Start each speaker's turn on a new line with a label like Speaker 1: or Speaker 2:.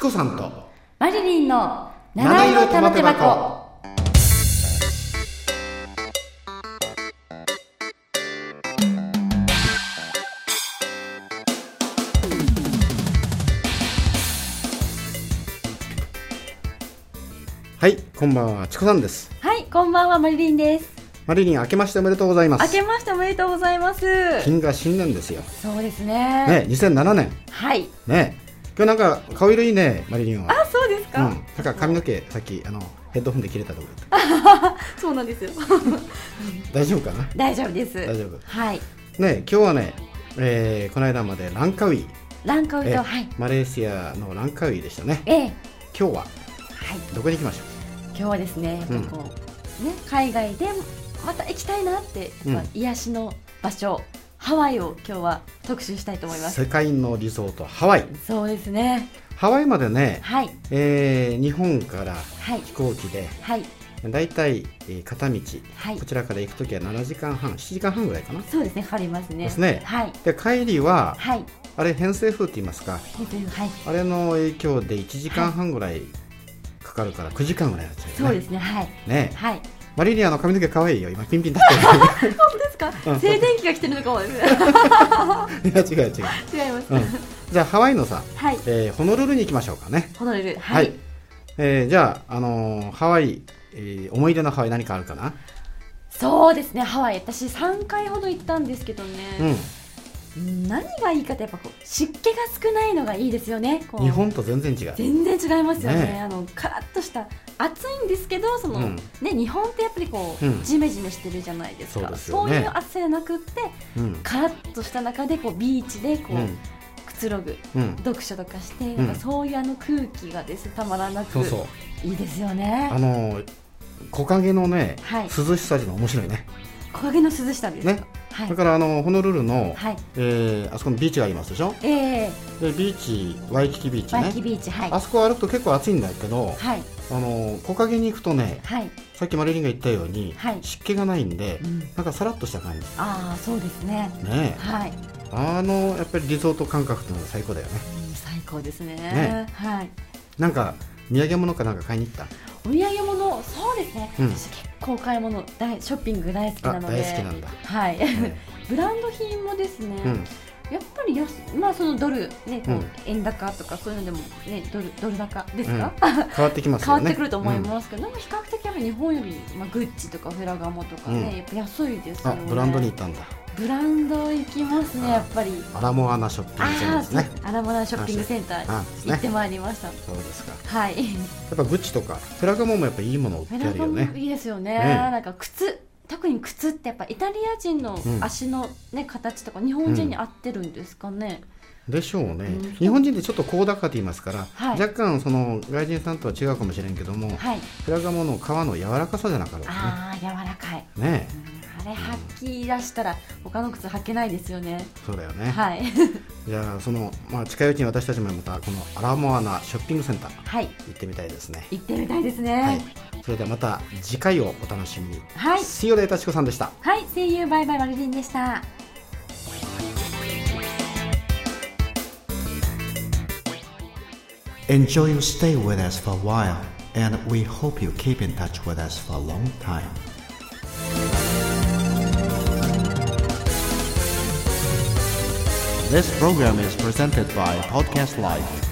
Speaker 1: コさんと
Speaker 2: マリリンの七色玉手箱。
Speaker 1: はいこんばんはチコさんです
Speaker 2: はい、こんばんは、マリリンです。
Speaker 1: マリリン明けましておめでとうございま
Speaker 2: 明
Speaker 1: す
Speaker 2: けましておめでとうございます。
Speaker 1: 金が新年ですよ
Speaker 2: そうですね。
Speaker 1: ね2007年
Speaker 2: はい。
Speaker 1: ね今日なんか顔色いいねマリリンは
Speaker 2: あ、そうです
Speaker 1: うん
Speaker 2: か。
Speaker 1: なんか髪の毛さっきあのヘッドホンで切れたところ
Speaker 2: そうな んですよ。
Speaker 1: 大丈夫かな
Speaker 2: 大丈夫です。
Speaker 1: 大丈夫
Speaker 2: はい。
Speaker 1: ね今日はね、えー、この間までランカウイ
Speaker 2: ランカウイ
Speaker 1: え
Speaker 2: と、はい。
Speaker 1: マレーシアのランカウイでしたね
Speaker 2: ええ。
Speaker 1: 今日は
Speaker 2: はい。
Speaker 1: どこに行きましょ
Speaker 2: 今日はですね、やっぱこう、ね、海外でまた行きたいなって、やっ
Speaker 1: うん
Speaker 2: ぱ癒しの場所、ハワイを今日は特集したいと
Speaker 1: う
Speaker 2: 思います。
Speaker 1: 世界のリゾートハワイ
Speaker 2: そうですね。
Speaker 1: ハワイまでね、
Speaker 2: はい。
Speaker 1: えー日本から
Speaker 2: はい。
Speaker 1: 飛行機で
Speaker 2: はい。
Speaker 1: だいたい片道
Speaker 2: はい
Speaker 1: こ。ちらから行くときは7時間半7時間半ぐらいかな
Speaker 2: そうですね、かかりますね。
Speaker 1: ですね
Speaker 2: はい。
Speaker 1: で帰りは
Speaker 2: はい。
Speaker 1: あれ偏西風って言いますか
Speaker 2: えというはい。
Speaker 1: あれの影響で1時間半ぐらいかかるから9時間ぐらいになっちゃうよね
Speaker 2: そうですね、はい。
Speaker 1: ねえ
Speaker 2: はい。
Speaker 1: マリリアの髪の毛可愛いよ今ピンピン立っ
Speaker 2: 本当ですか
Speaker 1: うん
Speaker 2: 静電気が来てるのかも です。
Speaker 1: てる いや違う違う、
Speaker 2: 違います。
Speaker 1: うん、じゃあハワイのさ、
Speaker 2: はい。
Speaker 1: えーホノルルに行きましょうかね
Speaker 2: ホノルル。はい。
Speaker 1: えーじゃあ、あのーハワイ、えー思い出のハワイ何かあるかな
Speaker 2: そうですね、ハワイ。私3回ほど行ったんですけど
Speaker 1: うん
Speaker 2: ね。うん何がいいかってやっぱこう湿気が少ないのがいいですよね。こう
Speaker 1: 日本と全然違う
Speaker 2: 全然違いますよね。
Speaker 1: ね
Speaker 2: あのカラッとした暑いんですけど、その、
Speaker 1: うん
Speaker 2: ね日本ってやっぱりこう、
Speaker 1: うん
Speaker 2: ジメジメしてるじゃないです
Speaker 1: そう
Speaker 2: か。
Speaker 1: ですよね
Speaker 2: そういう暑さじゃなくって
Speaker 1: うん
Speaker 2: カラッとした中でこうビーチでこう、
Speaker 1: うん
Speaker 2: くつろぐ
Speaker 1: うん
Speaker 2: 読書とかして、
Speaker 1: ん
Speaker 2: なんかそういうあの空気がですねたまらなく
Speaker 1: そうそう
Speaker 2: いいですよね
Speaker 1: あのー木陰のね、
Speaker 2: はい
Speaker 1: 涼しさっていうのは面白いね
Speaker 2: 木陰の涼しさですか
Speaker 1: ね
Speaker 2: はい
Speaker 1: だからあのホノルルの、
Speaker 2: はい
Speaker 1: えーあそこのビーチがありますでしょ
Speaker 2: ええ
Speaker 1: でビーチワイキキビーチ
Speaker 2: バイキ
Speaker 1: ね
Speaker 2: ビーチはい
Speaker 1: あそこ歩くと結構暑いんだけど、
Speaker 2: はい
Speaker 1: あの木陰に行くとね
Speaker 2: はい、
Speaker 1: さっきマリリンが言ったように、
Speaker 2: はい
Speaker 1: 湿気がないんで
Speaker 2: うん、
Speaker 1: なんかさらっとした感じ
Speaker 2: ああそうですね
Speaker 1: ね
Speaker 2: はい、
Speaker 1: えあのやっぱりリゾート感覚っていうのは最高だよね
Speaker 2: うん最高ですね
Speaker 1: ね
Speaker 2: はい
Speaker 1: なんか土産物かなんか買いに行った
Speaker 2: お土産物そうですね、
Speaker 1: うん
Speaker 2: 私結構お買い物大ショッピング大好きな
Speaker 1: あ
Speaker 2: ので
Speaker 1: 大好きなん だ、
Speaker 2: はい
Speaker 1: ね
Speaker 2: ブランド品もですね、
Speaker 1: うん、
Speaker 2: やっぱり安まあそのドルねこう、
Speaker 1: うん
Speaker 2: 円高とかそういうのでもねドルドル高ですか、
Speaker 1: 変わってきます
Speaker 2: 変わ
Speaker 1: よね
Speaker 2: ってくると思いますけど、でも比較的やっぱ日本より、まあ、グッチとかフェラガモとかね、
Speaker 1: うん
Speaker 2: やっぱ安いです
Speaker 1: うん
Speaker 2: よ
Speaker 1: あ
Speaker 2: ね
Speaker 1: ブランドに行ったんだ
Speaker 2: ブランド行きますねやっぱり
Speaker 1: アラモアナショッピングセンター
Speaker 2: あ
Speaker 1: ですね
Speaker 2: あアラモナショッピングセンター
Speaker 1: あ
Speaker 2: に行ってまいりました、
Speaker 1: そうですかや
Speaker 2: はい
Speaker 1: っぱグッチとかフェラガモもやっぱいいもの売っ
Speaker 2: フ
Speaker 1: て
Speaker 2: ェ
Speaker 1: あ
Speaker 2: ラ
Speaker 1: る
Speaker 2: ガ
Speaker 1: よ
Speaker 2: モ
Speaker 1: ね
Speaker 2: いいですよね
Speaker 1: ね
Speaker 2: なんか靴特に靴ってやっぱイタリア人の足の、ね形とか日本人に合ってるんですかね、
Speaker 1: でしょうね、
Speaker 2: うん
Speaker 1: 日本人ってちょっと高高って言いますから、
Speaker 2: はい
Speaker 1: 若干その外人さんとは違うかもしれんけども、
Speaker 2: はい
Speaker 1: フェラガモの皮の柔らかさじゃなかろうか
Speaker 2: ああ柔らかい、
Speaker 1: ねねえ
Speaker 2: うんあれ履き出したら他の靴履けないですよね
Speaker 1: そうだよね、
Speaker 2: はい
Speaker 1: じゃあその、まあ、近いうちに私たちもまたこのアラモアナショッピングセンター
Speaker 2: はい
Speaker 1: 行ってみたいですね
Speaker 2: 行ってみたいですね
Speaker 1: はい、それではまた次回をお楽しみに、
Speaker 2: はい
Speaker 1: See you later チコさんでした
Speaker 2: はい、声優バイバイマルリンでした。
Speaker 3: Enjoy your stay with us for a while, and we hope you keep in touch with us for a long time. This program is presented by Podcast Life.